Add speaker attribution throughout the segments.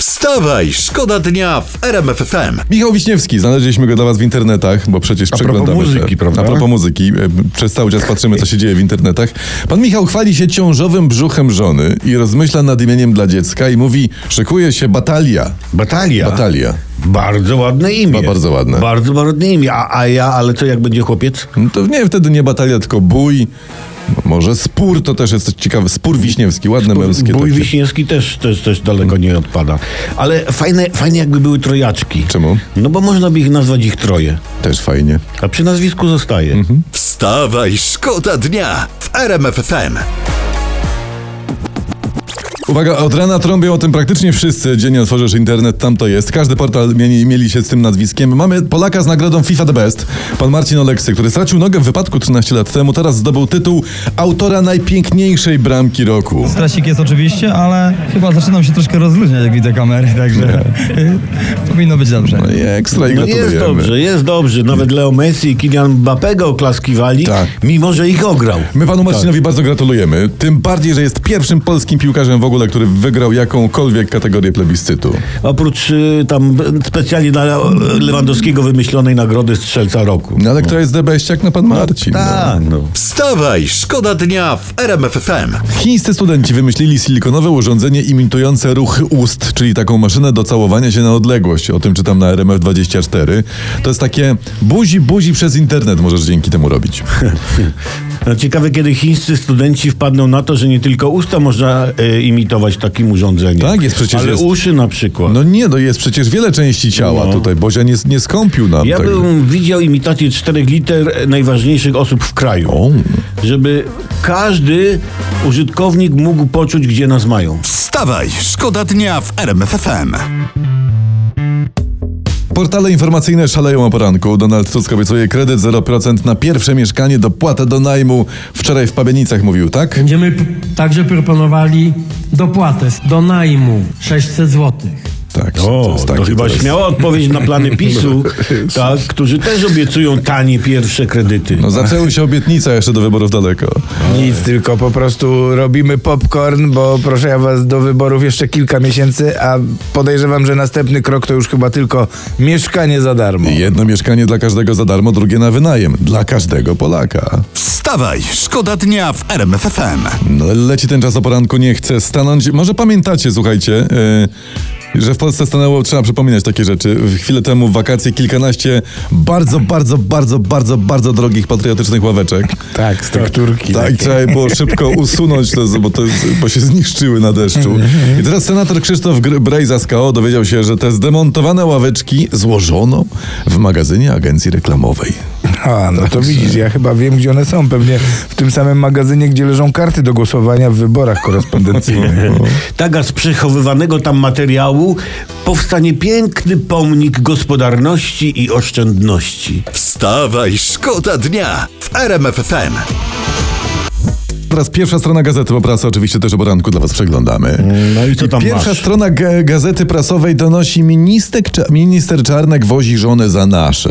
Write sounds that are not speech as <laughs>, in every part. Speaker 1: Wstawaj, szkoda dnia w RMF FM.
Speaker 2: Michał Wiśniewski, znaleźliśmy go dla was w internetach, bo przecież
Speaker 3: propos
Speaker 2: przeglądamy...
Speaker 3: muzyki, prawda?
Speaker 2: A propos muzyki, e, przez cały czas patrzymy, co się dzieje w internetach. Pan Michał chwali się ciążowym brzuchem żony i rozmyśla nad imieniem dla dziecka i mówi, szykuje się batalia.
Speaker 3: Batalia.
Speaker 2: Batalia.
Speaker 3: Bardzo ładne imię.
Speaker 2: Ba- bardzo ładne.
Speaker 3: Bardzo ładne imię. A, a ja, ale co jak będzie chłopiec?
Speaker 2: No to nie, wtedy nie batalia, tylko bój. No Może spór, to też jest coś ciekawe. Spór wiśniewski, ładne męskie.
Speaker 3: Bój
Speaker 2: takie.
Speaker 3: Wiśniewski też, też, też daleko nie odpada. Ale fajne, fajnie jakby były trojaczki.
Speaker 2: Czemu?
Speaker 3: No bo można by ich nazwać ich troje.
Speaker 2: Też fajnie.
Speaker 3: A przy nazwisku zostaje.
Speaker 2: Mhm.
Speaker 1: Wstawaj, szkoda dnia w RMF FM.
Speaker 2: Uwaga, od rana trąbią o tym praktycznie wszyscy. Dziennie otworzysz internet, tam to jest. Każdy portal mieli, mieli się z tym nazwiskiem. Mamy Polaka z nagrodą FIFA The Best. Pan Marcin Oleksy, który stracił nogę w wypadku 13 lat temu, teraz zdobył tytuł autora najpiękniejszej bramki roku.
Speaker 4: Stresik jest oczywiście, ale chyba zaczynam się troszkę rozluźniać, jak widzę kamery, także powinno być dobrze.
Speaker 2: No i ekstra i
Speaker 3: No jest
Speaker 2: gratulujemy.
Speaker 3: dobrze, jest dobrze. Nawet Leo Messi i Kylian Mbappego oklaskiwali,
Speaker 2: Tak.
Speaker 3: mimo że ich ograł.
Speaker 2: My panu Marcinowi bardzo gratulujemy. Tym bardziej, że jest pierwszym polskim piłkarzem w ogóle, który wygrał jakąkolwiek kategorię plebiscytu.
Speaker 3: Oprócz y, tam specjalnie dla Lewandowskiego wymyślonej nagrody Strzelca Roku.
Speaker 2: No ale kto jest debeściak? No pan Marcin. no.
Speaker 3: Tak, no.
Speaker 1: Wstawaj, szkoda dnia w RMF FM.
Speaker 2: Chińscy studenci wymyślili silikonowe urządzenie imitujące ruch ust, czyli taką maszynę do całowania się na odległość. O tym czytam na RMF24. To jest takie buzi, buzi przez internet możesz dzięki temu
Speaker 3: <laughs>
Speaker 2: robić.
Speaker 3: No ciekawe, kiedy chińscy studenci wpadną na to, że nie tylko usta można e, imitować takim urządzeniem.
Speaker 2: Tak, jest przecież
Speaker 3: Ale
Speaker 2: jest-
Speaker 3: uszy na przykład.
Speaker 2: No nie, no jest przecież wiele części ciała
Speaker 3: No.
Speaker 2: tutaj. Bozia nie, nie skąpił nam
Speaker 3: ja
Speaker 2: tego.
Speaker 3: bym widział imitację czterech liter e, najważniejszych osób w kraju.
Speaker 2: O.
Speaker 3: Żeby każdy użytkownik mógł poczuć, gdzie nas mają.
Speaker 1: Wstawaj, szkoda dnia w RMF FM.
Speaker 2: Portale informacyjne szaleją o poranku. Donald Tusk obiecuje kredyt 0% na pierwsze mieszkanie, dopłatę do najmu. Wczoraj w Pabianicach mówił, tak?
Speaker 5: Będziemy p- także proponowali dopłatę do najmu 600 zł.
Speaker 2: Tak.
Speaker 3: O, to,
Speaker 2: taki
Speaker 3: chyba
Speaker 2: teraz-
Speaker 3: śmiała odpowiedź na
Speaker 2: <laughs>
Speaker 3: plany PiSu, tak, którzy też obiecują tanie pierwsze kredyty.
Speaker 2: No zaczęły się obietnice jeszcze do wyborów daleko.
Speaker 6: Nic, tylko po prostu robimy popcorn, bo proszę ja was do wyborów jeszcze kilka miesięcy, a podejrzewam, że następny krok to już chyba tylko mieszkanie za darmo.
Speaker 2: Jedno mieszkanie dla każdego za darmo, drugie na wynajem. Dla każdego Polaka.
Speaker 1: Wstawaj, szkoda dnia w RMF FM.
Speaker 2: No, leci ten czas o poranku, nie chce stanąć. Może pamiętacie, słuchajcie, yy, że w Polsce stanęło, trzeba przypominać takie rzeczy. W Chwilę temu w wakacje kilkanaście bardzo, bardzo, bardzo, bardzo, bardzo drogich patriotycznych ławeczek.
Speaker 6: Tak, z tekturki.
Speaker 2: Tak, trzeba je było szybko usunąć, to, z- bo, to, bo się zniszczyły na deszczu. I teraz senator Krzysztof Gr- Brejza z KO dowiedział się, że te zdemontowane ławeczki złożono w magazynie agencji reklamowej.
Speaker 6: A, no to widzisz, ja chyba wiem, gdzie one są. Pewnie w tym samym magazynie, gdzie leżą karty do głosowania w wyborach korespondencyjnych. <laughs>
Speaker 3: Tak, a z przechowywanego tam materiału powstanie piękny pomnik gospodarności i oszczędności.
Speaker 1: Wstawaj, szkoda dnia w RMF FM.
Speaker 2: Teraz pierwsza strona gazety, bo prasę oczywiście też o poranku dla was przeglądamy.
Speaker 3: No i co tam
Speaker 2: Pierwsza
Speaker 3: masz?
Speaker 2: strona ga- gazety prasowej donosi minister, Cza- minister Czarnek wozi żonę za <laughs> nasze.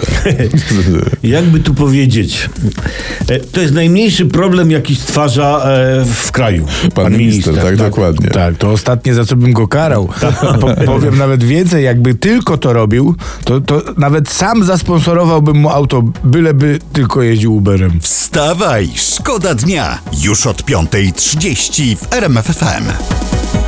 Speaker 3: Jakby tu powiedzieć, e, to jest najmniejszy problem, jaki stwarza e, w kraju.
Speaker 2: Pan minister, tak, dokładnie.
Speaker 6: Tak, to ostatnie, za co bym go karał. Po, powiem nawet więcej, jakby tylko to robił, to, to nawet sam zasponsorowałbym mu auto, byleby tylko jeździł Uberem.
Speaker 1: Wstawaj, szkoda dnia już od 5.30 w RMF FM.